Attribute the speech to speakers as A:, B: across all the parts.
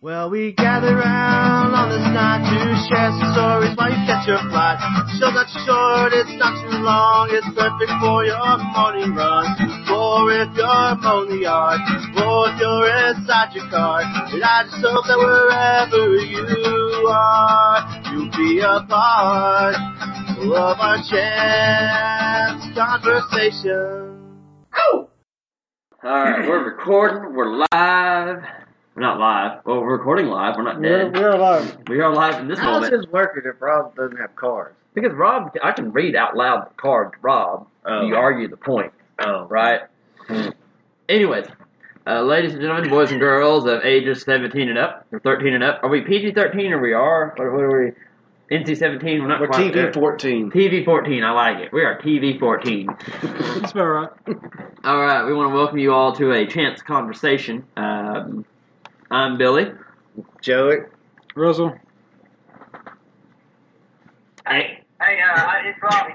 A: Well, we gather round on this night to share some stories while you catch your flight. Show's not short, it's not too long, it's perfect for your morning run. For if you're mowing the yard, or if you're inside your car, and I just hope that wherever you are, you'll be a part of our chance conversation.
B: All right, we're recording. We're live. We're not live. Well, we're recording live. We're not
C: We're,
B: dead.
C: we're alive.
B: We are live in this
C: How's
B: moment
C: this working if Rob doesn't have cars?
B: because Rob, I can read out loud the card. to Rob,
C: Oh.
B: you argue the point,
C: Oh,
B: right? Hmm. Anyways, uh, ladies and gentlemen, boys and girls of ages 17 and up, or 13 and up, are we PG-13 or we are? What, what are we? NC-17? We're not
C: We're
B: quite there.
C: TV 14.
B: TV-14. I like it. We are TV-14.
C: That's about right.
B: All right, we want to welcome you all to a chance conversation. Um, I'm Billy.
C: Joey?
D: Russell.
B: Hey.
E: Hey, uh, it's Robbie.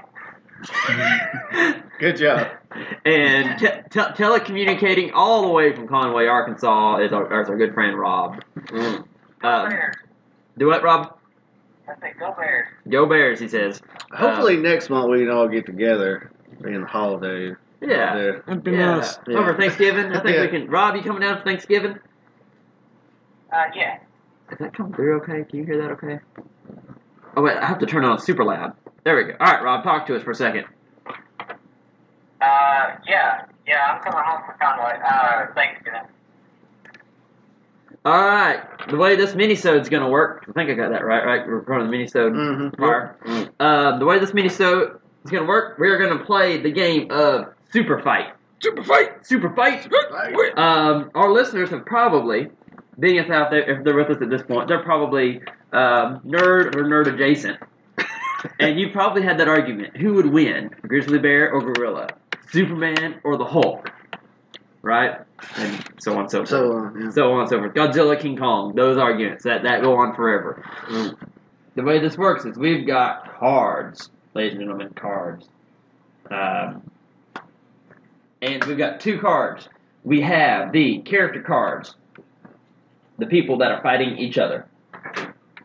C: Good job.
B: and te- te- telecommunicating all the way from Conway, Arkansas, is our, is our good friend Rob. Uh,
E: Bears.
B: do what, Rob?
E: I said, go Bears.
B: Go Bears, he says.
C: Hopefully
B: Um,
C: next month we can all get together in the holiday.
B: Yeah.
C: There.
D: That'd be
B: Yeah.
D: nice.
C: Yeah.
B: Over Thanksgiving, I think
C: Yeah.
B: we can. Rob, you coming down for Thanksgiving?
E: Uh, yeah.
B: Is that coming through okay? Can you hear that okay? Oh wait, I have to turn on super loud. There we go. All right, Rob, talk to us for a second.
E: Uh, yeah. Yeah, I'm coming home from Conway. Uh, Thanksgiving.
B: All right, the way this minisode's gonna work, I think I got that right. Right, we're running the minisode.
C: Mm-hmm.
B: Fire. Um, the way this minisode is going to work, we are going to play the game of Super Fight. Super Fight! Super Fight! Um, our listeners have probably, being as out there, if they're with us at this point, they're probably um, nerd or nerd adjacent. and you probably had that argument. Who would win, grizzly bear or gorilla? Superman or the Hulk? Right? And so on and so forth
C: So, uh, yeah.
B: so on and so forth. Godzilla, King Kong, those arguments that that go on forever. The way this works is we've got cards, ladies and gentlemen, cards, um, and we've got two cards. We have the character cards, the people that are fighting each other.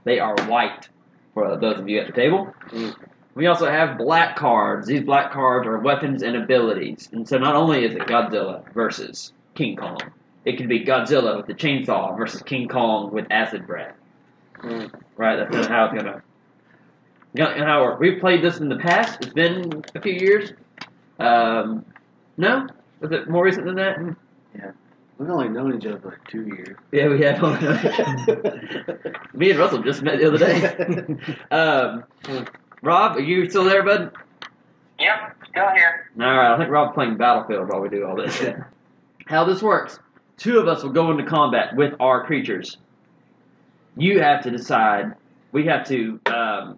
B: They are white for those of you at the table. We also have black cards. These black cards are weapons and abilities. And so not only is it Godzilla versus King Kong, it could be Godzilla with the chainsaw versus King Kong with acid breath. Right, that's kinda how it's gonna. gonna- And how we played this in the past. It's been a few years. Um, no, was it more recent than that?
C: We've only known each other for like two years.
B: Yeah, we have. Me and Russell just met the other day. um, Rob, are you still there, bud?
E: Yep, still here.
B: All right, I think Rob's playing Battlefield while we do all this. How this works: two of us will go into combat with our creatures. You have to decide. We have to um,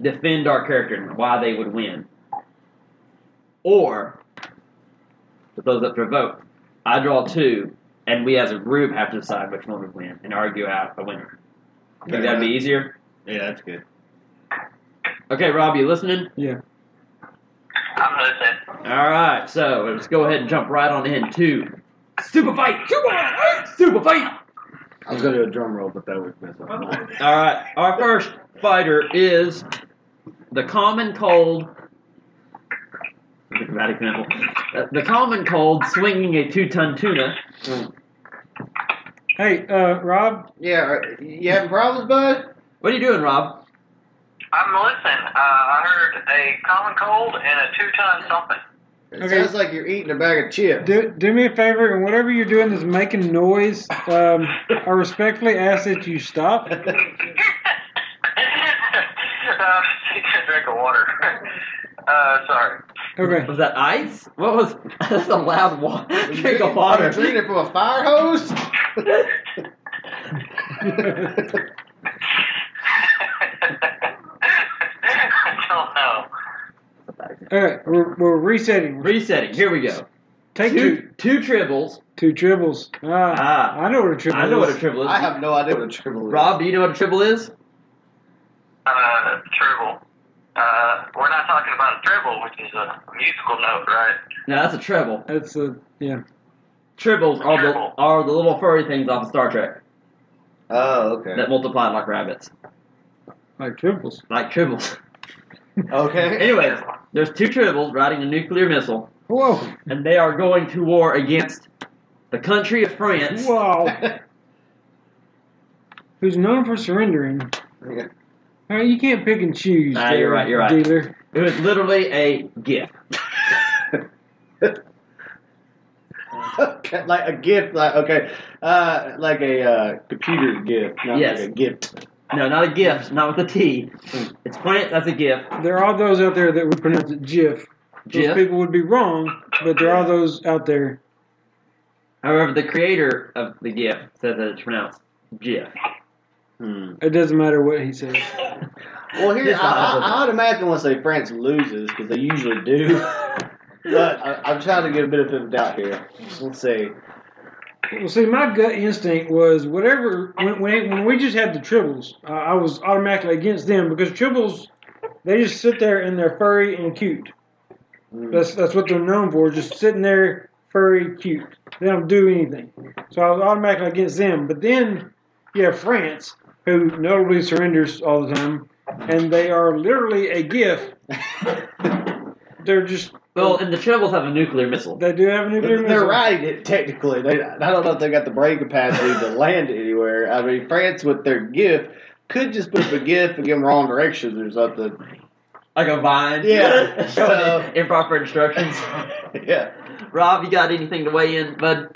B: defend our character and why they would win, or with those that provoke. I draw two, and we as a group have to decide which one would win and argue out a winner. I think that'd be easier.
C: Yeah, that's good.
B: Okay, Rob, you listening?
E: I'm listening.
B: All right, so let's go ahead and jump right on in to Super Fight. Super Fight. Super Fight.
C: I was going to do a drum roll, but that would mess up.
B: All right, our first fighter is the common cold. Think of that example. Uh, The common cold swinging a two-ton tuna.
D: Hey, uh, Rob,
C: Yeah, uh, you having problems, bud?
B: What are you doing, Rob?
E: I'm listening. Uh, I heard a common cold and a two-ton something.
C: It
D: Okay.
C: sounds like you're eating a bag of chips.
D: do, do me a favor, and whatever you're doing that's making noise, um, I respectfully ask that you stop.
E: uh, take a drink of water. uh, sorry.
D: Okay.
B: Was that ice? What was? That's a loud wa- drink
C: You're
B: of water.
C: drinking it from a fire hose?
E: I don't know.
D: All right, we're, we're resetting.
B: Resetting. Here we go.
D: Take two.
B: Two, two tribbles.
D: Two tribbles. Ah,
B: Ah.
D: I know what a tribble
B: I know what a
D: is.
B: tribble is.
C: I have no idea what a triple is.
B: Rob, do you know what a tribble is?
E: Uh, treble. Uh, we're not talking about a treble, which is a musical note, right?
B: No, that's a treble.
D: That's a yeah.
B: Tribbles are the
E: Tribble.
B: are the little furry things off of Star Trek.
C: Oh, okay.
B: that multiply like rabbits,
D: Like triples.
B: like tribbles.
C: Okay.
B: Anyways, there's two tribbles riding a nuclear missile,
D: Whoa.
B: and they are going to war against the country of France.
D: Wow. Who's known for surrendering.
C: Yeah.
D: All right, you can't pick and choose.
B: Ah, you're
D: there,
B: right, you're right.
D: Dealer.
B: It was literally a gift.
C: Okay, like a gift, like okay, uh, like a uh, computer gift, not
B: Yes.
C: like a gift.
B: No, not a gift, not with a T. It's France. That's a gift.
D: There are those out there that would pronounce it GIF. Those
B: GIF.
D: people would be wrong, but there are those out there.
B: However, the creator of the gift says that it's pronounced GIF.
C: Hmm.
D: It doesn't matter what he says.
C: Well, here
B: Yes,
C: I, I,
B: I-
C: I would imagine once they France loses because they usually do. but I, I'm trying to get a benefit of doubt here. Let's see.
D: Well, see, my gut instinct was whatever when when, when we just had the tribbles, uh, I was automatically against them because tribbles, they just sit there and they're furry and cute. That's that's what they're known for, just sitting there furry, cute. They don't do anything, so I was automatically against them. But then you have France, who notably surrenders all the time, and they are literally a gift. they're just
B: Well, and the tribbles have a nuclear missile.
D: they do have a nuclear
C: They're
D: missile.
C: riding it technically. They, I don't know if they got the brain capacity to land it anywhere. I mean, France with their gift could just put up a gift and give them wrong directions or something.
B: Like a vine.
C: Yeah.
B: Showing improper instructions.
C: yeah.
B: Rob, you got anything to weigh in, bud?
E: Uh,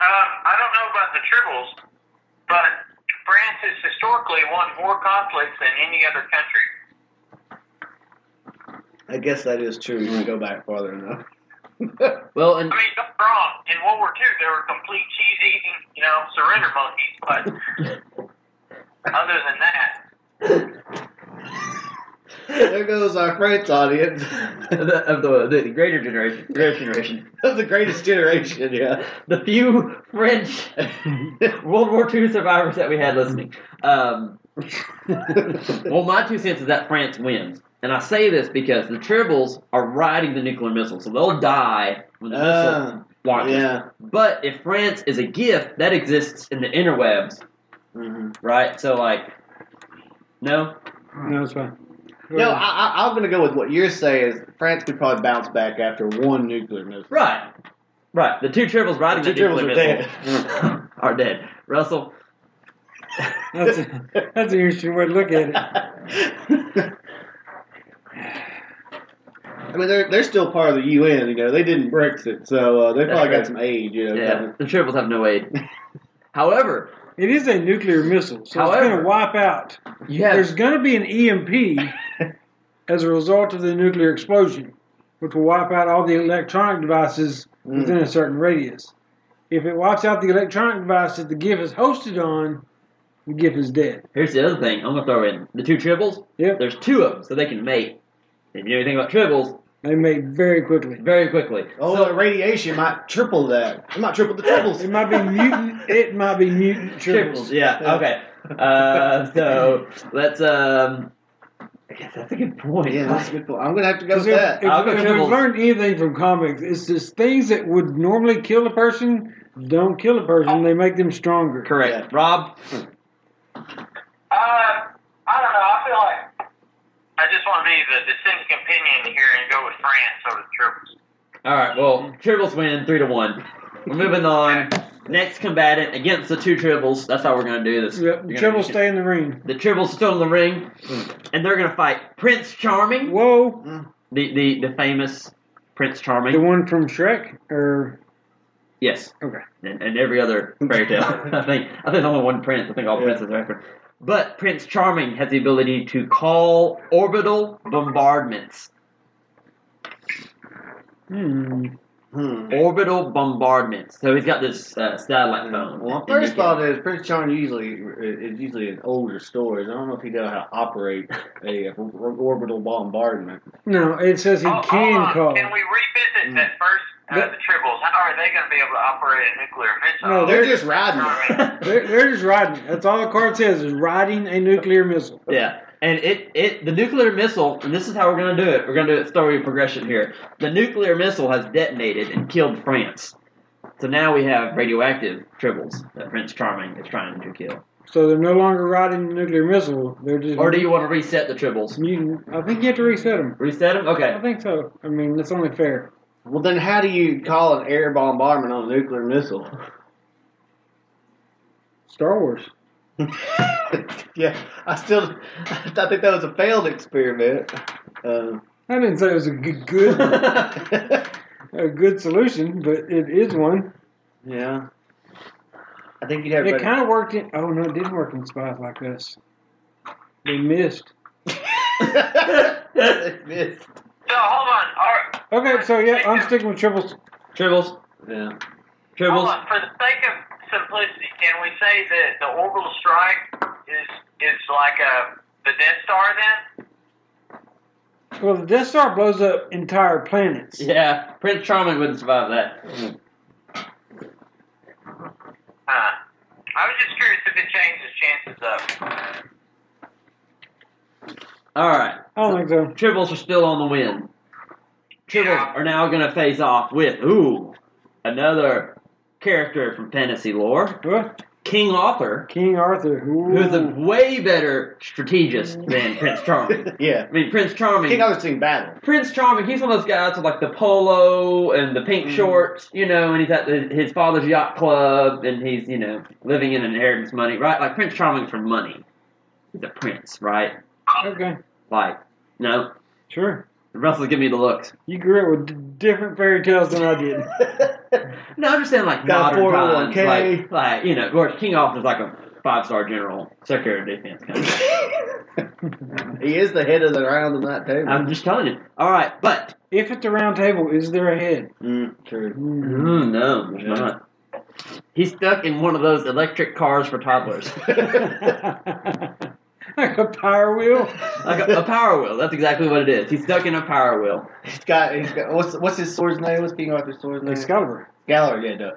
E: I don't know about the tribbles, but France has historically won more conflicts than any other country.
C: I guess that is true. You go back farther enough.
B: Well, and
E: I mean, don't get me wrong. In World War II, there were complete cheese-eating, you know, surrender monkeys. But other than that,
C: there goes our French audience.
B: of the, of the, the greater generation, greater generation,
C: That's the greatest generation, yeah.
B: the few French World War II survivors that we had listening. Um, well, my two cents is that France wins. And I say this because the Tribbles are riding the nuclear missile, so they'll die when the missile
C: Uh,
B: launches.
C: yeah.
B: But if France is a gift, that exists in the interwebs,
C: hmm
B: right? So, like, no?
D: No, it's fine. Go
C: No, I,
D: ahead.
C: I, I'm going to go with what you're saying. Is France could probably bounce back after one nuclear missile.
B: Right. Right. The two Tribbles riding the,
C: The Tribbles
B: nuclear
C: are
B: missile are dead. Russell,
D: that's, a, that's an interesting way to look at it.
C: I mean, they're they're still part of the UN. You know, they didn't Brexit, so uh, they
B: That's
C: probably
B: right.
C: got some aid. You know,
B: yeah, the Tribbles have no aid. However,
D: It is a nuclear missile, so it's
B: However-
D: going to wipe out.
B: you have
D: There's going to be an EMP as a result of the nuclear explosion, which will wipe out all the electronic devices
C: Mm.
D: within a certain radius. If it wipes out the electronic device that the GIF is hosted on, the GIF is dead.
B: Here's the other thing. I'm gonna throw in the two tribbles.
D: Yep,
B: There's two of them, so they can mate. If you know anything about tribbles,
D: they mate very quickly.
B: very quickly.
C: Oh,
B: so,
C: the radiation might triple that. It might triple the triples.
D: It might be mutant. It might be mutant
B: tribbles.
D: triples.
B: Yeah. Okay. Uh, so let's. Um, I guess that's a good point.
C: yeah, that's a good point. I'm gonna have to go with
D: Because if,
C: that.
D: if,
B: I'll go
D: if
B: triples.
D: we've learned anything from comics, it's just things that would normally kill a person don't kill a person. They make them stronger.
B: Correct.
C: Yeah.
B: Rob.
E: uh, I don't know. I feel like I just want to be the dissenting opinion here and go with France over the tribbles.
B: All right. Well, tribbles win three to one. We're moving on. Next combatant against the two tribbles. That's how we're gonna do this. We're
D: Yep,
B: gonna
D: Tribbles
B: do-
D: stay in the ring.
B: The tribbles still in the ring,
C: Mm.
B: and they're gonna fight Prince Charming,
D: Whoa,
B: the the, the famous Prince Charming.
D: the one from Shrek, or
B: Yes.
D: Okay.
B: And, and every other fairy tale. I think I think there's only one prince. I think all
C: Yeah.
B: princes are different. But Prince Charming has the ability to call orbital bombardments.
D: hmm,
C: Hmm.
B: Orbital bombardments. So he's got this uh, satellite phone.
C: Well, my first thought is Prince Charming usually is usually in older stories. I don't know if he knows how to operate a orbital bombardment.
D: no, it says he
E: Oh, hold
D: can
E: on.
D: call. Mm.
E: Can we revisit that first? Uh,
D: That-
E: the tribbles. How are they going to be able to operate a nuclear missile?
D: No,
C: They're just riding.
E: I mean,
D: They're, they're just riding. That's all the card says is riding a nuclear missile.
B: Yeah, and it, it the nuclear missile, and this is how we're gonna do it. We're gonna do it story progression here. The nuclear missile has detonated and killed France. So now we have radioactive tribbles that Prince Charming is trying to kill.
D: So they're no longer riding the nuclear missile. They're just
B: Or do you want to reset the tribbles?
D: mutant. I think you have to reset them.
B: Reset them?
D: I
B: Okay.
D: think so. I mean, that's only fair.
C: Well, then how do you call an air bombardment on a nuclear missile?
D: Star Wars.
C: yeah, I still, I think that was a failed experiment. Um,
D: I didn't say it was a good, good a good solution, but it is one.
C: yeah, I think you'd have.
D: It kind of worked in. Oh no, it didn't work in Spies Like Us. They missed.
C: better- Missed.
E: So hold on. Our,
D: Okay, so yeah, I'm sticking with triples.
B: Tribbles.
C: Yeah.
E: hold
B: Tribbles.
E: on. For the sake of simplicity, can we say that the orbital strike is is like a the Death Star then?
D: Well, the Death Star blows up entire planets.
B: Yeah, Prince Charming wouldn't survive that.
E: Huh. I was just curious if it changes chances of.
B: All right.
D: I don't think so.
B: Tribbles are still on the win. Tribbles
E: Yeah.
B: are now going to face off with, ooh, another character from fantasy lore,
D: What?
B: King Arthur,
D: King Arthur. Ooh.
B: who's a way better strategist than Prince Charming.
C: Yeah.
B: I mean, Prince
C: I
B: Charming.
C: think I was seeing battle.
B: Prince Charming, he's one of those guys with like the polo and the
C: Mm-hmm.
B: pink shorts, you know, and he's at the, his father's yacht club and he's, you know, living in inheritance money, right? Like Prince Charming's for money. He's a prince, right?
D: Okay,
B: Like, no.
D: sure.
B: Russell's giving me the looks.
D: You grew up with d- different fairy tales than I did.
B: No, I'm just saying like
C: Got a
B: modern times,
C: 401k.
B: like, like you know, of course, King Arthur's like a five-star general, Secretary of Defense. Kind of guy.
C: he is the head of the round of that table.
B: I'm just telling you. All right, but
D: If it's a round table, is there a head?
C: Mm, true.
D: Mm.
B: Mm, no, there's
C: Yeah.
B: not. He's stuck in one of those electric cars for toddlers,
D: like a power wheel.
B: like a, a power wheel. That's exactly what it is. He's stuck in a power wheel.
C: he's got. He's got. What's what's his sword's name? What's King Arthur's sword's name?
D: Excalibur.
C: Gallery. Yeah. No.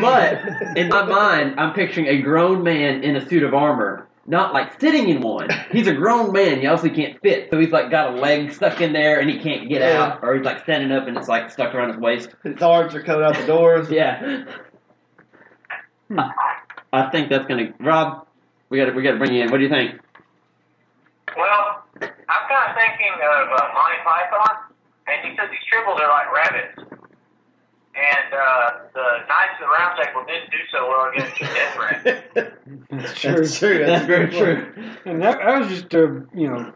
B: But in my mind, I'm picturing a grown man in a suit of armor, not like sitting in one. He's a grown man. You obviously can't fit, so he's like got a leg stuck in there and he can't get
C: Yeah.
B: out, or he's like standing up and it's like stuck around his waist.
C: His arms are coming out the doors.
B: Yeah. I- Hmm. I think that's gonna Rob. We got to we got to bring you in. What do you think?
E: Well, I'm kind of thinking of uh, Monty Python, and he said these tribbles are like rabbits. And uh, the Knights of the Round Table didn't do so well against the Death Rat.
D: That's true.
C: That's true. That's,
B: That's very
C: very
B: true.
D: And that, that was just a you know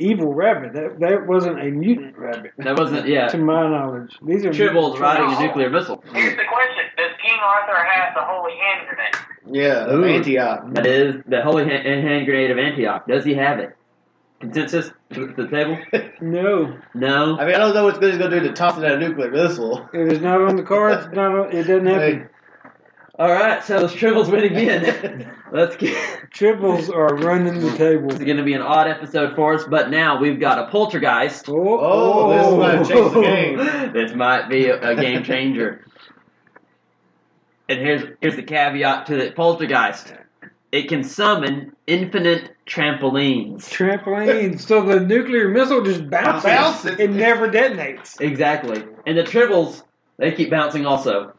D: evil rabbit. That that wasn't a mutant rabbit,
B: That wasn't yeah.
D: to my knowledge. These are
B: Tribbles riding a
E: Wow.
B: nuclear missile.
E: Here's the question Does King Arthur have the Holy Hand grenade?
C: Yeah.
B: Ooh.
C: of Antioch.
B: That is the holy hand, hand grenade of Antioch. Does he have it? Consensus to the table?
D: No,
B: No.
C: I mean, I don't know what's good he's gonna do to toss it at a nuclear missile.
D: it is not on the cards. it's Not on, it doesn't happen.
B: All right, so those tribbles win again. Let's get.
D: Triples are running the table.
B: This is going to be an odd episode for us, but now we've got a poltergeist.
D: Oh,
C: Oh, this is gonna change the game.
B: this might be a, a game changer. and here's here's the caveat to the poltergeist: it can summon infinite trampolines.
D: Trampoline. So the nuclear missile just bounces.
C: Bounces.
D: It never detonates.
B: Exactly, and the tribbles they keep bouncing also.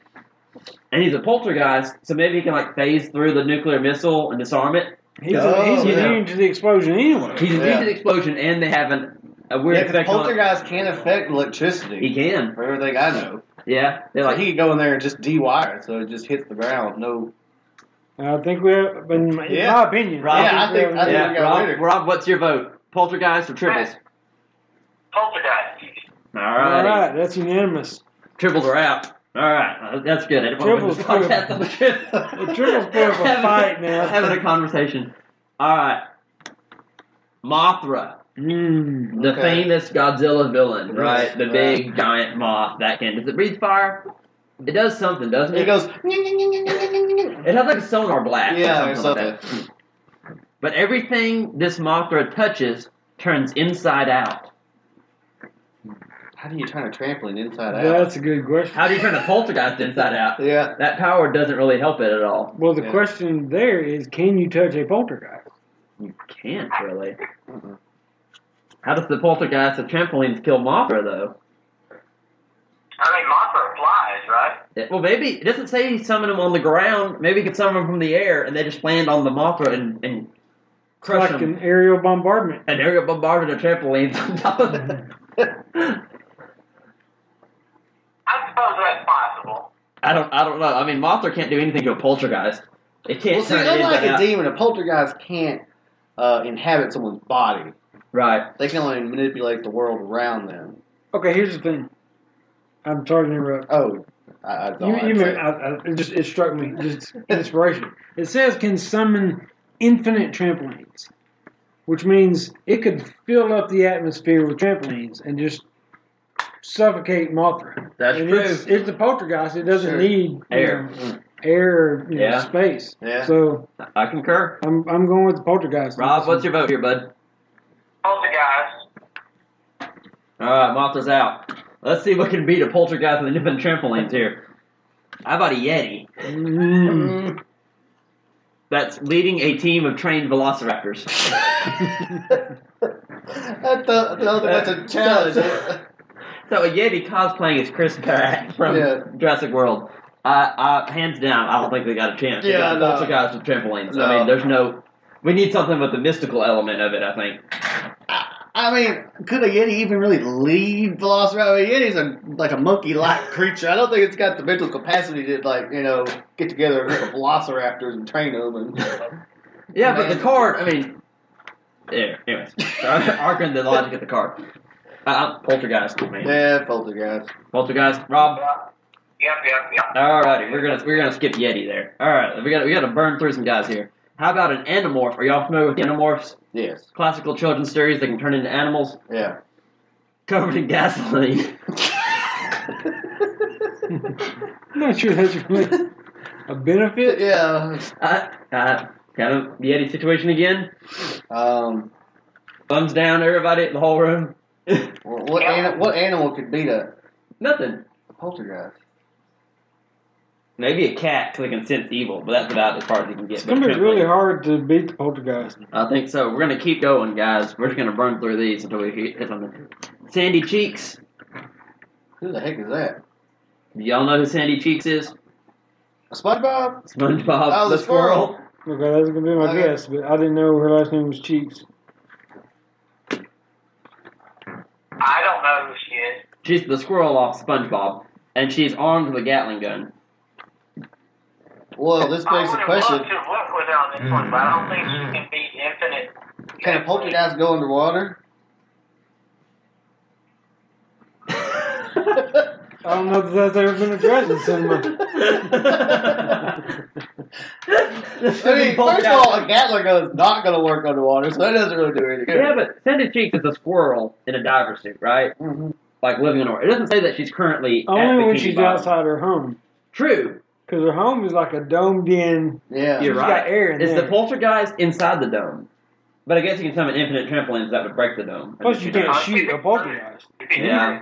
B: And he's a poltergeist, so maybe he can like phase through the nuclear missile and disarm it.
D: He's,
C: Oh,
D: he's
B: yeah.
D: immune to the explosion anyway.
B: He's immune
C: Yeah.
B: to the explosion, and they have an, a weird
C: Yeah, because
B: effect on.
C: poltergeists can affect
B: He
C: electricity.
B: can.
C: For everything I know,
B: Yeah, they're
C: like
B: like
C: he could go in there and just dewire, it so it just hits the ground. No.
D: I think we have, in my, in
C: Yeah.
D: my opinion.
B: Right.
C: Yeah, I
D: I think we
C: think- I
D: have-
C: think-
B: yeah.
C: we got
B: Rob,
C: later.
B: Rob, what's your vote? Poltergeist or tribbles?
E: Poltergeist.
B: All
D: All
B: right,
D: right, that's unanimous.
B: tribbles are out. All right, uh, that's good. I didn't wanna win this
D: Tribbles
B: podcast
D: put
B: on the trip.
D: The triples put up a
B: Having-
D: fight now.
B: Having a conversation. All right, Mothra,
D: Mm.
B: the
C: Okay.
B: famous Godzilla villain, right?
C: Yes,
B: the
C: right.
B: big giant moth that can. Does it breathe fire? It does something, doesn't it?
C: He goes.
B: It has like a sonar blast.
C: Yeah,
B: or
C: or
B: something. Like that. But everything this Mothra touches turns inside out.
C: How do you turn a trampoline inside out?
D: That's a good question.
B: How do you turn a poltergeist inside out?
C: Yeah.
B: That power doesn't really help it at all.
D: Well, the
C: Yeah.
D: question there is, can you touch a poltergeist?
B: You can't really. How does the poltergeist of trampolines kill Mothra though?
E: I mean, Mothra flies.
B: Yeah, Well, maybe it doesn't say he summoned them on the ground. Maybe he could summon them from the air, and they just land on the Mothra and, and crush
D: like
B: them.
D: an aerial bombardment.
B: And they're bombarded the trampolines on top of it.
E: I suppose that's possible.
B: I don't. I don't know. I mean, Mothra can't do anything to a poltergeist. It can't
C: Well, see,
B: turn anybody
C: unlike a
B: out.
C: demon, a poltergeist can't uh, inhabit someone's body.
B: Right.
C: They can only manipulate the world around them.
D: Okay, here's the thing. I'm sorry to interrupt.
C: Oh, I, I thought
D: You,
C: I'd
D: you
C: say-
D: mean, I, I, it just it struck me just inspiration. It says can summon infinite trampolines, which means it could fill up the atmosphere with trampolines and just suffocate Mothra.
B: That's
D: and
B: true.
D: It's, it's the poltergeist. It doesn't
C: Sure.
D: need you
B: Air.
D: know, air, you know,
B: Yeah.
D: space.
C: Yeah.
D: So
B: I concur.
D: I'm I'm going with the poltergeist.
B: Rob, what's your vote here, bud?
E: Poltergeist.
B: All right, Mothra's out. Let's see what can beat a poltergeist with the different trampolines here. How about a Yeti?
D: Mm.
C: Mm.
B: That's leading a team of trained velociraptors.
C: I thought, I thought that's a challenge.
B: So a Yeti cosplaying is Chris Pratt from
C: Yeah.
B: Jurassic World. I, I, hands down, I don't think they got a chance.
C: Yeah,
B: they
C: no.
B: got guys with trampolines. I
C: No.
B: mean, there's no. We need something with the mystical element of it. I think.
C: I mean, could a Yeti even really lead Velociraptor? I mean, Yeti's a, like a monkey-like creature. I don't think it's got the mental capacity to, like, you know, get together with the Velociraptors and train them. And,
B: Yeah, but
C: Man.
B: the card. I mean, yeah. Anyways, arguing the logic of the card. Uh, poltergeist, man.
C: yeah, poltergeist.
B: Poltergeist, Rob.
E: Yep, yep, yep.
B: Alrighty, we're gonna we're gonna skip Yeti there. All right, we got to we got to burn through some guys here. How about an Animorph? Are y'all familiar with Animorphs?
C: Yes.
B: Classical children's series that can turn into animals
C: Yeah.
B: covered in gasoline.
D: I'm not sure that's really a benefit.
C: yeah.
B: Uh, uh, kind of Yeti situation again.
C: Um,
B: Thumbs down, everybody, the whole room.
C: what, what, ani- what animal could beat a
B: Nothing.
C: poltergeist?
B: Maybe a cat, so they can sense evil, but that's about as far as you can get.
D: It's gonna be really hard to beat the poltergeist.
B: I think so. We're gonna keep going, guys. We're just gonna burn through these until we hit hit something. Sandy Cheeks.
C: Who the heck is that?
B: Do y'all know who Sandy Cheeks is?
C: A SpongeBob?
B: SpongeBob
C: Oh,
B: the,
C: the
B: squirrel.
C: squirrel.
D: Okay, that's gonna be my
C: Okay.
D: guess, but I didn't know her last name was Cheeks.
E: I don't know who she is.
B: She's the squirrel off SpongeBob, and she's armed with a Gatling gun.
C: Well, this
E: I
C: begs the
E: would have
C: question:
E: loved to have worked with her on this one, but I don't think she can beat Infinite.
C: Can a poltergeist go underwater?
D: I don't know if that's ever been addressed in cinema.
C: I mean, first of all, a Gatling gun is not going to work underwater, so that doesn't really do any good.
B: yeah, but Sandy Cheeks is a squirrel in a diver suit, right?
C: Mhm.
B: Like living in a. It doesn't say that she's currently at
D: Only
B: Bikini
D: when she's
B: Bottom.
D: outside her home,
B: True,
D: because her home is like a domed in.
C: yeah.
B: you're
D: She's
B: right.
D: got air in
B: it's
D: there.
B: the poltergeist inside the dome. But I guess you can summon infinite trampolines that would break the dome.
D: Plus, you can't
E: know.
D: shoot a poltergeist.
B: Yeah.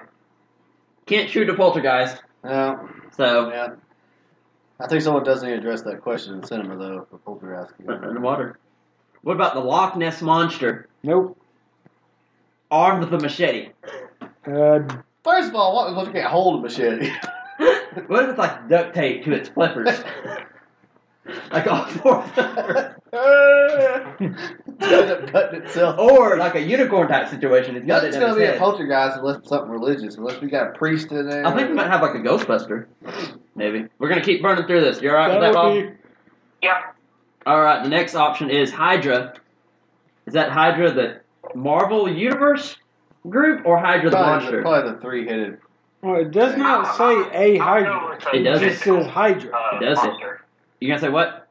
B: Can't shoot a poltergeist,
C: No,
B: so
C: yeah. I think someone does need to address that question in cinema, though, for poltergeist. can go
B: uh,
C: underwater.
B: underwater. What about the Loch Ness monster
D: Nope.
B: armed with a machete?
D: Uh,
C: First of all, what was looking at hold a machete?
B: What if it's like duct tape to its flippers? like all four flippers.
C: Ends up cutting itself.
B: Or like a unicorn type situation. It's got
C: Nothing's
B: it in
C: going
B: its
C: to be a
B: head.
C: poltergeist unless it's something religious, unless we got a priest in there.
B: I think we might have like a Ghostbuster. Maybe. We're going to keep burning through this. You alright with that,
D: that
B: Bob?
D: would be.
E: Yep.
B: Alright, the next option is Hydra. Is that Hydra the Marvel Universe group or Hydra the
C: probably, the,
B: monster?
C: probably the three-headed.
D: Well, it does not say a hydra.
B: It
D: It
B: does.
D: just says
E: Uh,
D: hydra.
B: It does it.
E: monster.
B: you going to say what?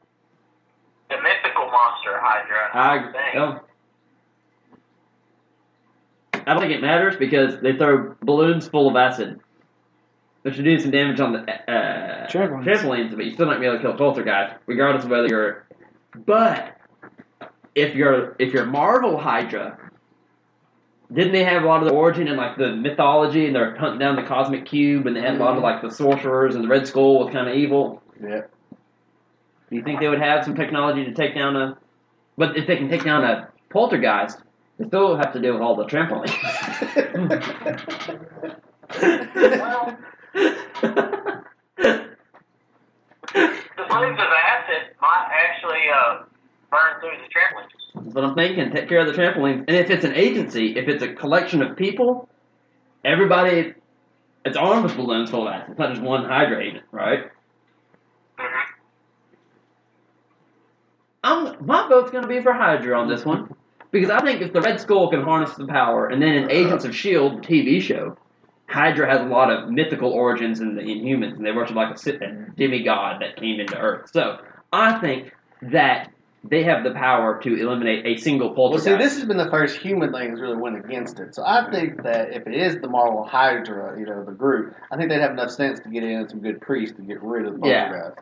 E: The mythical monster Hydra.
B: I,
E: Dang.
B: oh. I don't think it matters because they throw balloons full of acid, which will do some damage on the uh,
D: Trampolines.
B: trampolines, but you still not be able to kill poltergeist, regardless of whether you're. But if you're if you're Marvel Hydra, didn't they have a lot of the origin and like the mythology, and they're hunting down the cosmic cube, and they had a lot of like the sorcerers and the Red Skull was kind of evil.
C: Yeah.
B: Do you think they would have some technology to take down a? But if they can take down a poltergeist, they still have to deal with all the trampolines.
E: Well,
B: I
E: loads of acid might actually uh, burn through the trampolines.
B: That's what I'm thinking. Take care of the trampolines. And if it's an agency, if it's a collection of people, everybody, it's armed with balloons full of acid. It's not just one Hydra agent, right?
E: Mhm.
B: I'm, my vote's going to be for Hydra on this one. Because I think if the Red Skull can harness the power, and then in Agents of S.H.I.E.L.D., the TV show, Hydra has a lot of mythical origins in the Inhumans, and they worship like a, si- a demigod that came into Earth. So I think that they have the power to eliminate a single
C: Well,
B: poltergeist.
C: see, this has been the first human thing that's really went against it. So I think that if it is the Marvel Hydra, you know, the group, I think they'd have enough sense to get in some good priests to get rid of the
B: Yeah.
C: Poltergeist.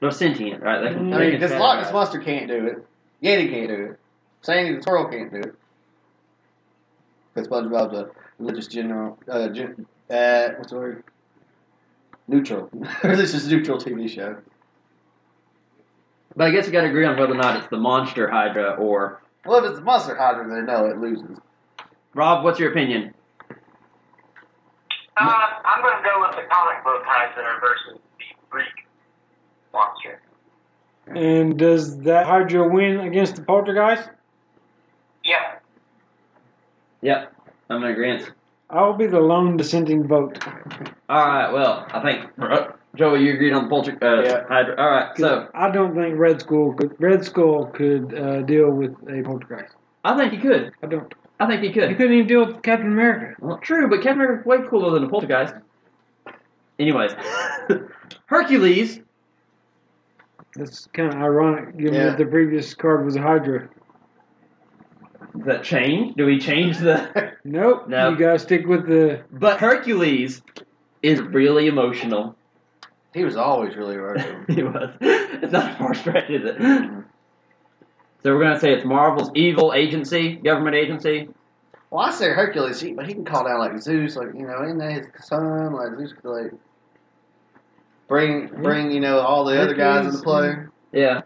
B: They're sentient, right? They can,
D: Mm.
C: I
B: they
C: mean,
B: can
C: because
B: fantasize.
C: Loch Ness Monster can't do it. Yeti can't do it. Sandy the Turtle can't do it. Because SpongeBob's a religious general. Uh, gen, uh, what's the word? Neutral. religious neutral TV show.
B: But I guess you got to agree on whether or not it's the monster Hydra or
C: Well, if it's the Monster Hydra, then no, it loses.
B: Rob. What's your opinion?
E: Uh, I'm going to go with the comic book Hydra versus the Greek monster.
D: And does that Hydra win against the Poltergeist?
E: Yeah.
B: Yep, I'm in agreement.
D: I will be the lone dissenting vote.
B: All right. Well, I think uh, Joey, you agreed on the Polter uh,
C: Yeah.
B: Hydra. All right. So
D: I don't think Red Skull could Red Skull could uh, deal with a Poltergeist.
B: I think you could.
D: I don't.
B: I think you
D: You
B: could.
D: couldn't even deal with Captain America.
B: Well, true, but Captain America's way cooler than the Poltergeist. Anyways, Hercules.
D: That's kind of ironic, given
C: Yeah.
D: that the previous card was a Hydra.
B: Does that change? Do we change the?
D: Nope.
B: No.
D: You guys stick with the.
B: But Hercules is really emotional.
C: He was always really right.
B: he was. It's not a far stretch, is it? So we're gonna say it's Marvel's evil agency, government agency.
C: well, I say Hercules, he, but he can call down like Zeus, like you know, isn't that his son? Like Zeus could like bring bring you know all the other guys into play.
D: Hercules,
B: Yeah,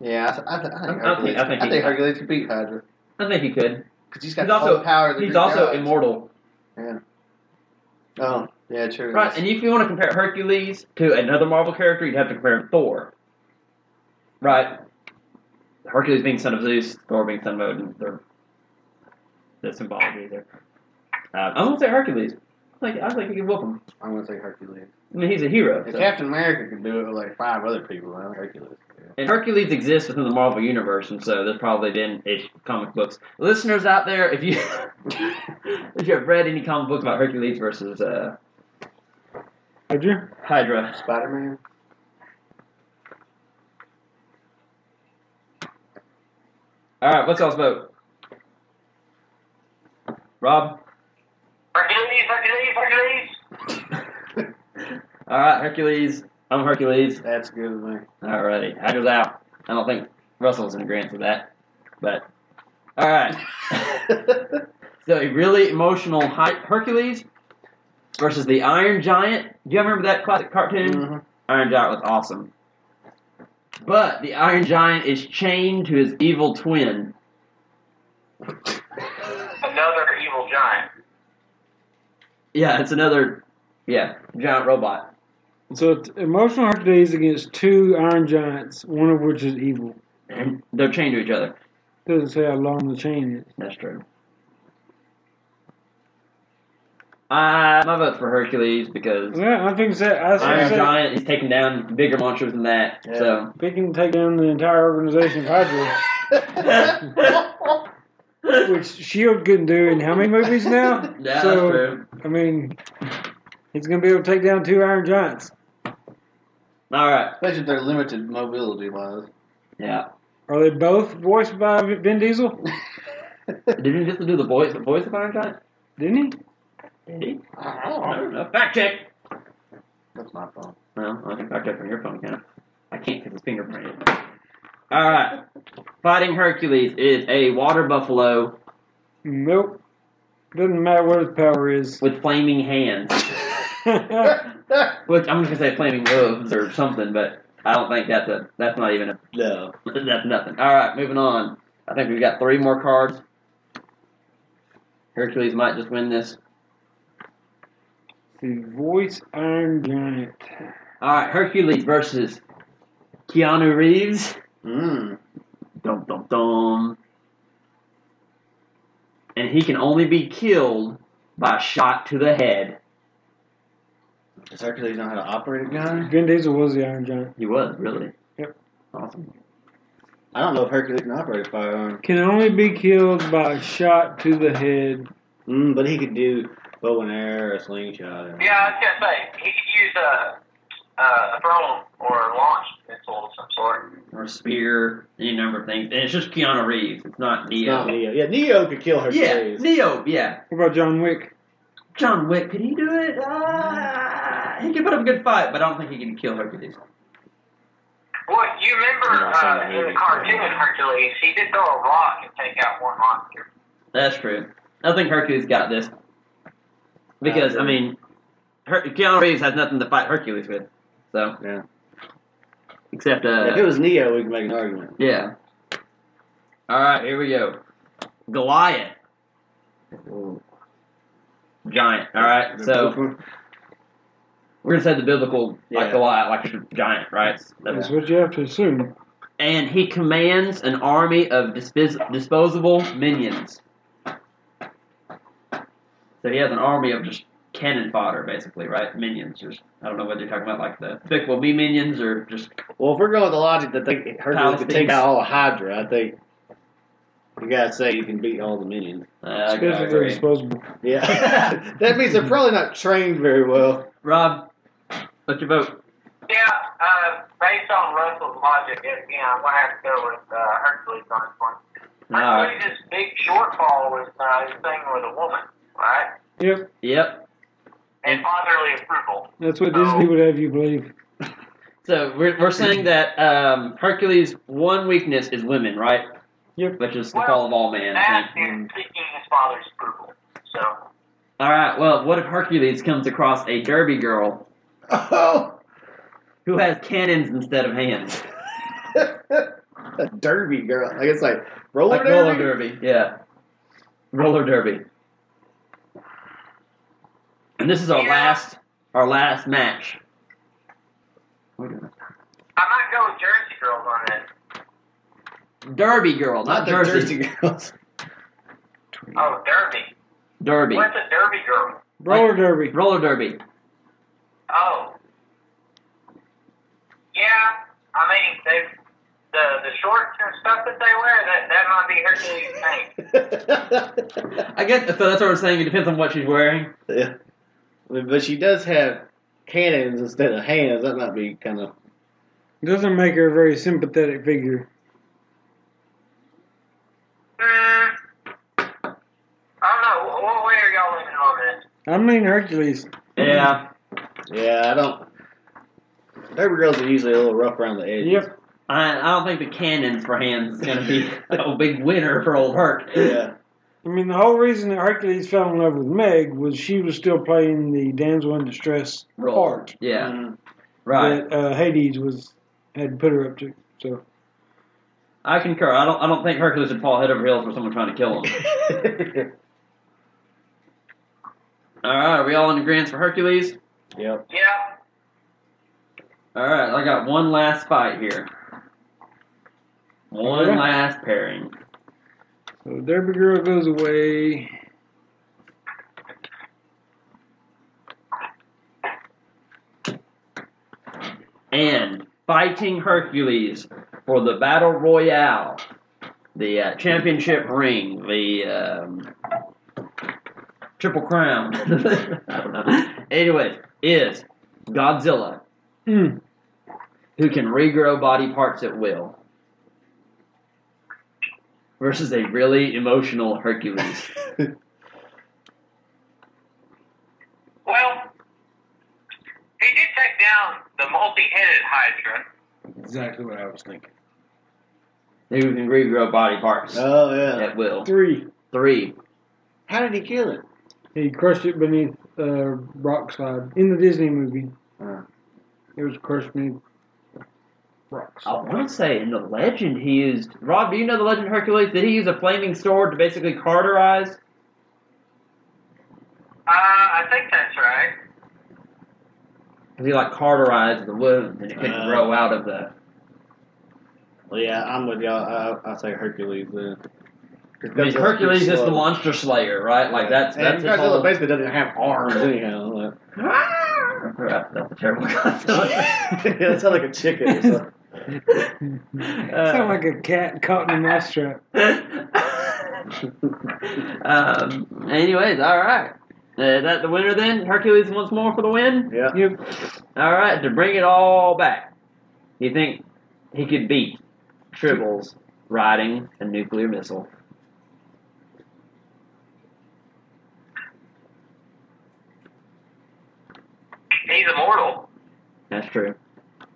C: Yeah, I, I, th- I think
B: I- I
C: Hercules.
B: think-
C: I
B: I
C: think,
B: think he-
C: Hercules could beat Hydra
B: I think he could.
C: because he's got
B: He's
C: all
B: also-
C: the power. Of the
B: He's
C: Greek
B: also
C: gods.
B: immortal,
C: Oh, yeah, true.
B: right? And if you want to compare Hercules to another Marvel character, you'd have to compare Thor, right? Hercules being son of Zeus, Thor being son of Odin. They're that's involved either. Uh, I'm gonna say Hercules. I think I think he can whoop him.
C: I'm gonna say Hercules.
B: I mean, he's a hero.
C: If
B: so-
C: Captain America could do it with like five other people, I think Hercules. could do it.
B: And Hercules exists within the Marvel universe, and so there's probably been ish comic books. Listeners out there, if you if you have read any comic books about Hercules versus uh,
D: Hydra.
B: Hydra,
C: Spider-Man.
B: all right, what's y'all's vote? Rob,
E: Hercules, Hercules, Hercules.
B: all right, Hercules. I'm Hercules.
C: That's good with me.
B: All righty, Hydra's out. I don't think Russell's in agreement with that, but all right. so a really emotional Hy- Hercules versus the Iron Giant. Do you remember that classic cartoon?
C: Mhm.
B: Iron Giant was awesome. But the Iron Giant is chained to his evil twin.
E: Another evil giant.
B: Yeah, it's another, yeah, giant robot.
D: So it's emotional Hercules against two Iron Giants, one of which is evil.
B: And they're chained to each other.
D: Doesn't say how long the chain is.
B: That's true. Uh, my vote's for Hercules because
D: Yeah, I think that I
B: Iron
D: think that
B: Giant is taking down bigger monsters than that.
C: Yeah.
B: So
D: they can take down the entire organization of Hydra, which Shield E couldn't do in how many movies now?
B: yeah,
D: so
B: that's true.
D: I mean, he's gonna be able to take down two Iron Giants.
B: All right.
C: Especially if they're limited mobility wise.
B: Yeah.
D: Are they both voiced by Vin Diesel?
B: Didn't he just do the voice, the voice of Iron Giant?
D: Didn't he?
B: Did he? I
C: That's
B: don't know. Fact check.
C: my phone.
B: Well, I can back up on your phone, can I? I can't because it's fingerprinted. All right. Fighting Hercules is a water buffalo
D: Nope. Doesn't matter what his power is.
B: with flaming hands. Which I'm just gonna say flaming hooves or something, but I don't think that's a that's not even a
C: no.
B: that's nothing. All right, moving on. I think we've got three more cards. Hercules might just win this.
D: the voice Iron Giant.
B: All right, Hercules versus Keanu Reeves.
C: Mm.
B: Dum dum dum. And he can only be killed by a shot to the head.
C: Does Hercules know how to operate a gun?
D: Vin Diesel was the Iron Giant.
B: He was really.
D: Yep.
B: Awesome.
C: I don't know if Hercules can operate a firearm.
D: Can only be killed by a shot to the head.
C: Mm, but he could do bow and arrow, or slingshot. Or
E: Yeah, I was gonna say he could use a a thrown or launch missile of some sort.
B: Or spear, any number of things, and it's just Keanu Reeves. It's not
C: It's
B: Neo.
C: not Neo. Yeah, Neo could kill
B: yeah,
C: Hercules.
B: Neo. Yeah,
D: What about John Wick?
B: John Wick. Could he do it? Uh, he could put up a good fight, but I don't think he can kill Hercules.
E: Well, you remember
C: Yeah, I saw
E: uh,
C: that
E: in the
C: movie.
E: cartoon Hercules, he did throw a rock and take out one monster.
B: That's true. I think Hercules got this because I, mean, Her- Keanu Reeves has nothing to fight Hercules with, so
C: Yeah.
B: Except uh,
C: if it was Neo, we could make an argument.
B: yeah. All right, here we go. Goliath, giant. All right, so we're gonna say the biblical like
C: Yeah.
B: Goliath, like a giant, right? That's-
D: That's what you have to assume.
B: And he commands an army of dispos- disposable minions. So he has an army of just cannon fodder, basically, right? Minions. Just I don't know whether you're talking about like the Despicable Me minions or just
C: Well, if we're going with the logic that they, Hercules could take
B: Palestinians.
C: out all of Hydra, I think you gotta say you can beat all the minions.
B: uh,
D: Especially if they're disposable.
C: Yeah, that means they're probably not trained very well.
B: Rob. What's your vote?
E: Yeah, uh, based on Russell's logic, yeah, you know, I'm gonna have to go with uh, Hercules on this one.
B: Alright.
E: Hercules' big shortfall was uh, his thing with a woman, right?
D: Yep,
B: Yep.
E: And fatherly approval.
D: that's
B: Oh.
D: what Disney would have you believe.
B: So we're, we're saying that um, Hercules' one weakness is women, right?
D: Yep.
B: Which is the fall of all man. I
E: That
B: think.
E: and seeking his father's approval. So,
B: All right. Well, what if Hercules comes across a derby girl
C: Oh,
B: who has cannons instead of hands?
C: a derby girl. Like it's like roller
B: like roller
C: derby.
B: derby. Yeah. Roller derby. And this is our
E: Yeah.
B: last our last match. Wait a minute.
E: I might go with Jersey Girls on it.
B: Derby girl, not,
C: Not the
B: Jersey.
C: Jersey girls.
E: Oh, Derby.
B: Derby.
E: What's a Derby girl?
D: Roller derby.
B: Roller derby.
E: Oh. Yeah, I mean, they, the the shorts and stuff that they wear, that, that might be Hercules' thing.
B: I guess so. That's what I'm saying. It depends on what she's wearing.
C: yeah. But she does have cannons instead of hands. That might be kind of
D: Doesn't make her a very sympathetic figure.
E: Hmm. I don't know. What, what way are y'all leaning on this?
D: I mean Hercules.
B: Yeah.
C: yeah. I don't. Derby girls are usually a little rough around the edges.
D: Yep.
B: I, I don't think the cannons for hands is gonna be a big winner for old Herc.
C: Yeah.
D: I mean the whole reason that Hercules fell in love with Meg was she was still playing the damsel in distress
B: Roll.
D: part
B: Yeah.
C: Mm.
B: Right.
D: that uh, Hades was had put her up to. So
B: I concur. I don't. I don't think Hercules would fall head over heels for someone trying to kill him. All right. Are we all in agreement for Hercules?
C: yep.
E: Yeah.
B: All right, I got one last fight here. One
D: Okay.
B: last pairing.
D: so Derby Girl goes away.
B: And fighting Hercules for the Battle Royale, the uh, championship ring, the um, Triple Crown. I don't know. Anyway, is Godzilla,
D: Mm.
B: who can regrow body parts at will, versus a really emotional Hercules.
E: Well, he did take down the multi-headed Hydra.
D: Exactly what I was thinking.
B: who can regrow body parts
C: Oh yeah.
B: at will.
D: Three.
B: Three.
C: How did he kill it?
D: He crushed it beneath uh, rock slide in the Disney movie.
C: Uh.
D: It was crushed beneath rocks.
B: I want to say in the legend he used. Rob, do you know the legend of Hercules? Did he use a flaming sword to basically carterize?
E: Uh, I think that's right.
B: Because he like carterized the wound and it couldn't
C: Uh.
B: grow out of the
C: Well, yeah, I'm with y'all. I, I say Hercules. uh, Then.
B: I mean, Hercules is the monster slayer, right? Like that's that's
C: and
B: his
C: Godzilla
B: whole.
C: basically doesn't have arms anyhow. Like,
B: that's a terrible
C: yeah,
B: Godzilla.
C: that's not like a chicken. Or something.
D: Sound
B: Uh,
D: like a cat caught in a mousetrap.
B: Uh, um, anyways, all right. Uh, is that the winner then? Hercules once more for the win.
C: Yeah.
D: Yep.
B: All right, to bring it all back, you think he could beat Tribbles riding a nuclear missile?
E: He's immortal.
B: That's true. I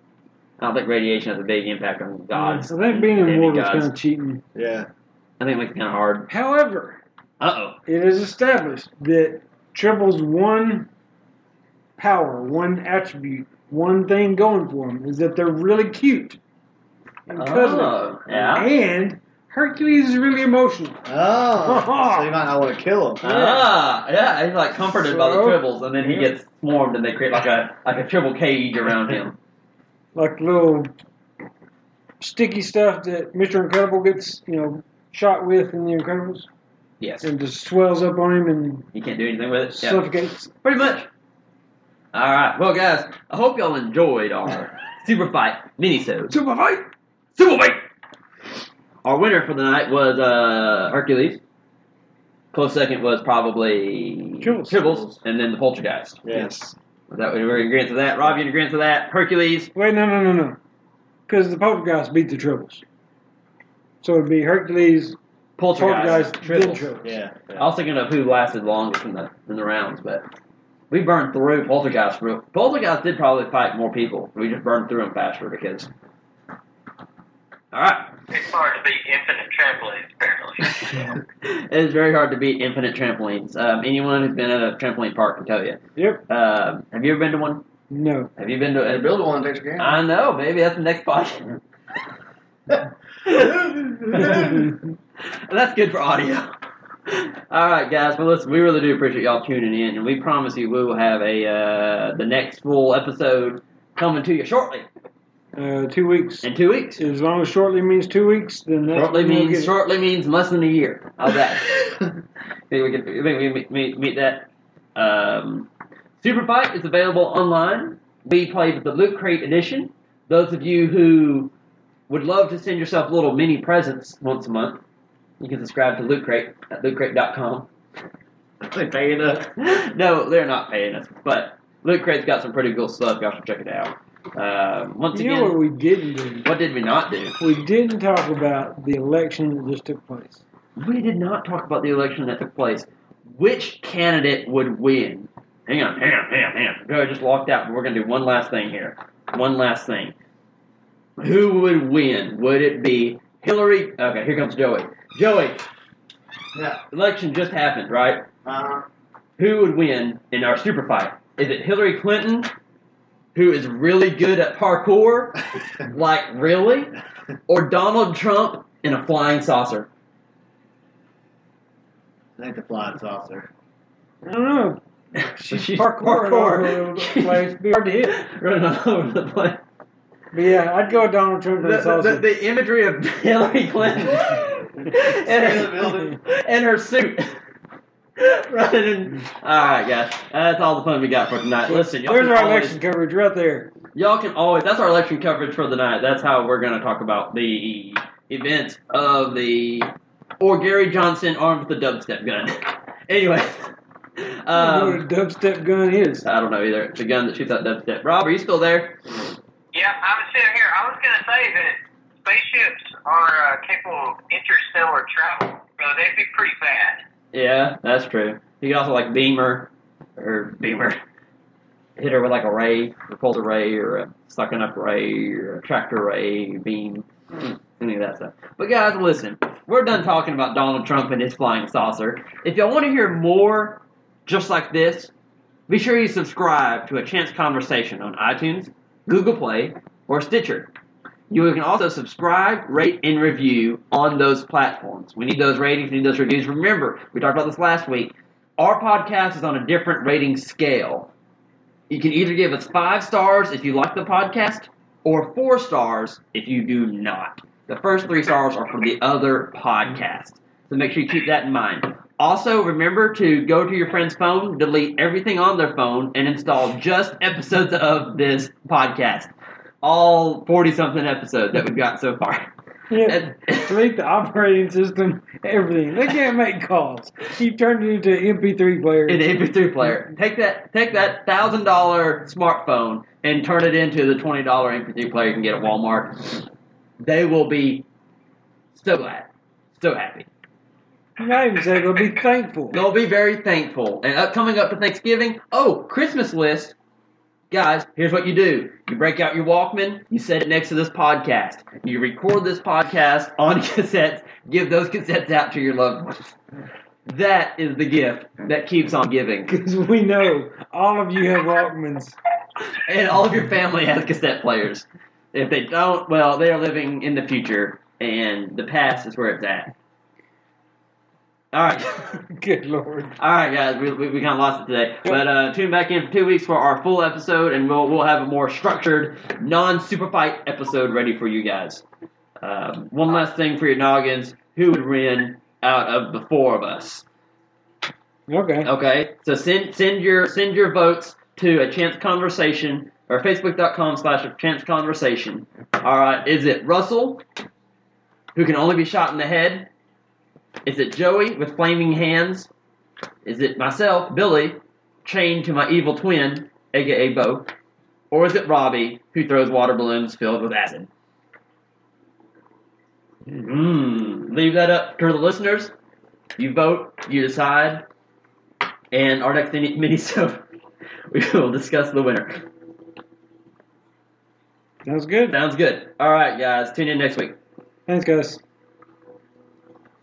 B: don't think radiation has a big impact on gods.
D: I think being
B: and
D: immortal is
B: demigods.
D: kind of cheating.
C: Yeah.
B: I think it makes it kind of hard.
D: However,
B: Uh oh.
D: it is established that Triple's one power, one attribute, one thing going for them is that they're really cute and cuddly.
B: Oh, yeah.
D: And Hercules is really emotional.
C: Oh, so you might not want to kill him.
B: Ah, yeah, he's like comforted by the
D: So-
B: tribbles, and then he
D: Yeah.
B: gets swarmed, and they create like a like a tribble cage around him.
D: Like little sticky stuff that Mr. Incredible gets, you know, shot with in The Incredibles
B: Yes,
D: and just swells up on him and
B: you can't do anything with it. Yeah.
D: suffocates.
B: Pretty much. All right. Well, guys, I hope y'all enjoyed our Super Fight minisodes.
D: Super fight!
B: Super Fight! Our winner for the night was uh, Hercules. Close second was probably
D: Tribbles.
B: and then the Poltergeist.
C: Yes.
B: Is that we were in agreement to that? Rob, you in agreement to that? Hercules.
D: Wait, no, no, no, no. Because the Poltergeist beat the Tribbles. So it'd be Hercules,
B: Poltergeist.
D: Poltergeist, then
B: Tribbles.
D: Tribbles.
C: Yeah. yeah.
B: I was thinking of who lasted longest in the in the rounds, but we burned through Poltergeist. Real Poltergeist did probably fight more people. We just burned through them faster because. All right,
E: It's hard to beat infinite trampolines, apparently.
B: it is very hard to beat infinite trampolines. Um, anyone who's been at a trampoline park can tell you.
D: Yep.
B: Um, have you ever been to one?
D: No.
B: Have you been to?
C: They build one next game.
B: I know. Maybe that's the next podcast. And that's good for audio. All right, guys. Well, listen, we really do appreciate y'all tuning in, and we promise you we will have a uh, the next full episode coming to you shortly
D: Uh, two weeks.
B: in two weeks.
D: As long as shortly means two weeks, then that's
B: Shortly
D: when we'll get
B: means
D: it.
B: shortly means less than a year. How's that? think we can think we meet, meet, meet that. Um, Super Fight is available online. We play with the Loot Crate edition. Those of you who would love to send yourself little mini presents once a month, you can subscribe to Loot Crate at lootcrate.com.
C: they pay it up.
B: no, they're not paying us, but Loot Crate's got some pretty cool stuff. Y'all should check it out. Um, once
D: You know
B: again,
D: what we didn't do?
B: what did we not do?
D: We didn't talk about the election that just took place.
B: We did not talk about the election that took place. Which candidate would win? Hang on, hang on, hang on, hang on. Joey just walked out, but we're going to do one last thing here. One last thing. Who would win? Would it be Hillary? Okay, here comes Joey. Joey,
C: Yeah.
B: election just happened, right?
C: Uh,
B: Who would win in our super fight? Is it Hillary Clinton, who is really good at parkour? Like, really? Or Donald Trump in a flying saucer?
C: I think the flying saucer.
D: I don't know.
B: She's
D: Parkour, parkour. place. Be hard to hit.
B: running all over the place.
D: But yeah, I'd go with Donald Trump
B: The,
D: and
B: the-
D: sausage.
B: the imagery of Hillary Clinton and, her,
C: building.
B: and her suit. Running. Alright, guys. That's all the fun we got for tonight. Listen, y'all
D: There's
B: can,
D: our
B: always,
D: election coverage right there.
B: y'all can always. That's our election coverage for the night. That's how we're going to talk about the events of the. Or Gary Johnson armed with a dubstep gun. anyway.
D: I don't know
B: Um,
D: what a dubstep gun is.
B: I don't know either. The gun that shoots out dubstep. Rob, are you still there?
E: yeah, I was sitting here. I was going to say that spaceships are uh, capable of interstellar travel, so they'd be pretty fast.
B: Yeah, that's true. You could also like beamer or beamer. Hit her with like a ray, a pulse ray, or a sucking up ray, or a tractor ray, beam, any of that stuff. But guys, listen, we're done talking about Donald Trump and his flying saucer. If y'all want to hear more just like this, be sure you subscribe to A Chance Conversation on iTunes, Google Play, or Stitcher. You can also subscribe, rate, and review on those platforms. We need those ratings, we need those reviews. Remember, we talked about this last week. Our podcast is on a different rating scale. You can either give us five stars if you like the podcast, or four stars if you do not. The first three stars are for the other podcast. So make sure you keep that in mind. Also, remember to go to your friend's phone, delete everything on their phone, and install just episodes of this podcast. All 40 something episodes that we've got so far.
D: Yeah.
B: And-
D: Delete the operating system, everything. They can't make calls. He turned it into an MP3 player.
B: an MP3 player. Take that, take that thousand dollar smartphone and turn it into the twenty dollar MP3 player you can get at Walmart. They will be so glad, so happy.
D: Not even say, but be thankful.
B: They'll be very thankful. And up, coming up to Thanksgiving, oh, Christmas list. Guys, here's what you do. You break out your Walkman, you set it next to this podcast. You record this podcast on cassettes, give those cassettes out to your loved ones. That is the gift that keeps on giving.
D: Because we know all of you have Walkmans.
B: and all of your family has cassette players. If they don't, well, they are living in the future, and the past is where it's at. All right.
D: Good lord.
B: All right, guys, we, we, we kind of lost it today, but uh, tune back in for two weeks for our full episode, and we'll we'll have a more structured, non super fight episode ready for you guys. Um, one last thing for your noggins: who would win out of the four of us?
D: Okay.
B: Okay, so send send your send your votes to a chance conversation or facebook.com slash a chance conversation. All right, is it Russell, who can only be shot in the head? Is it Joey with flaming hands? Is it myself, Billy, chained to my evil twin, aka Bo? Or is it Robbie, who throws water balloons filled with acid? Mm, leave that up to the listeners. You vote, you decide. And our next mini minisode, we will discuss the winner.
D: Sounds good.
B: Sounds good. All right, guys. Tune in next week.
D: Thanks, guys.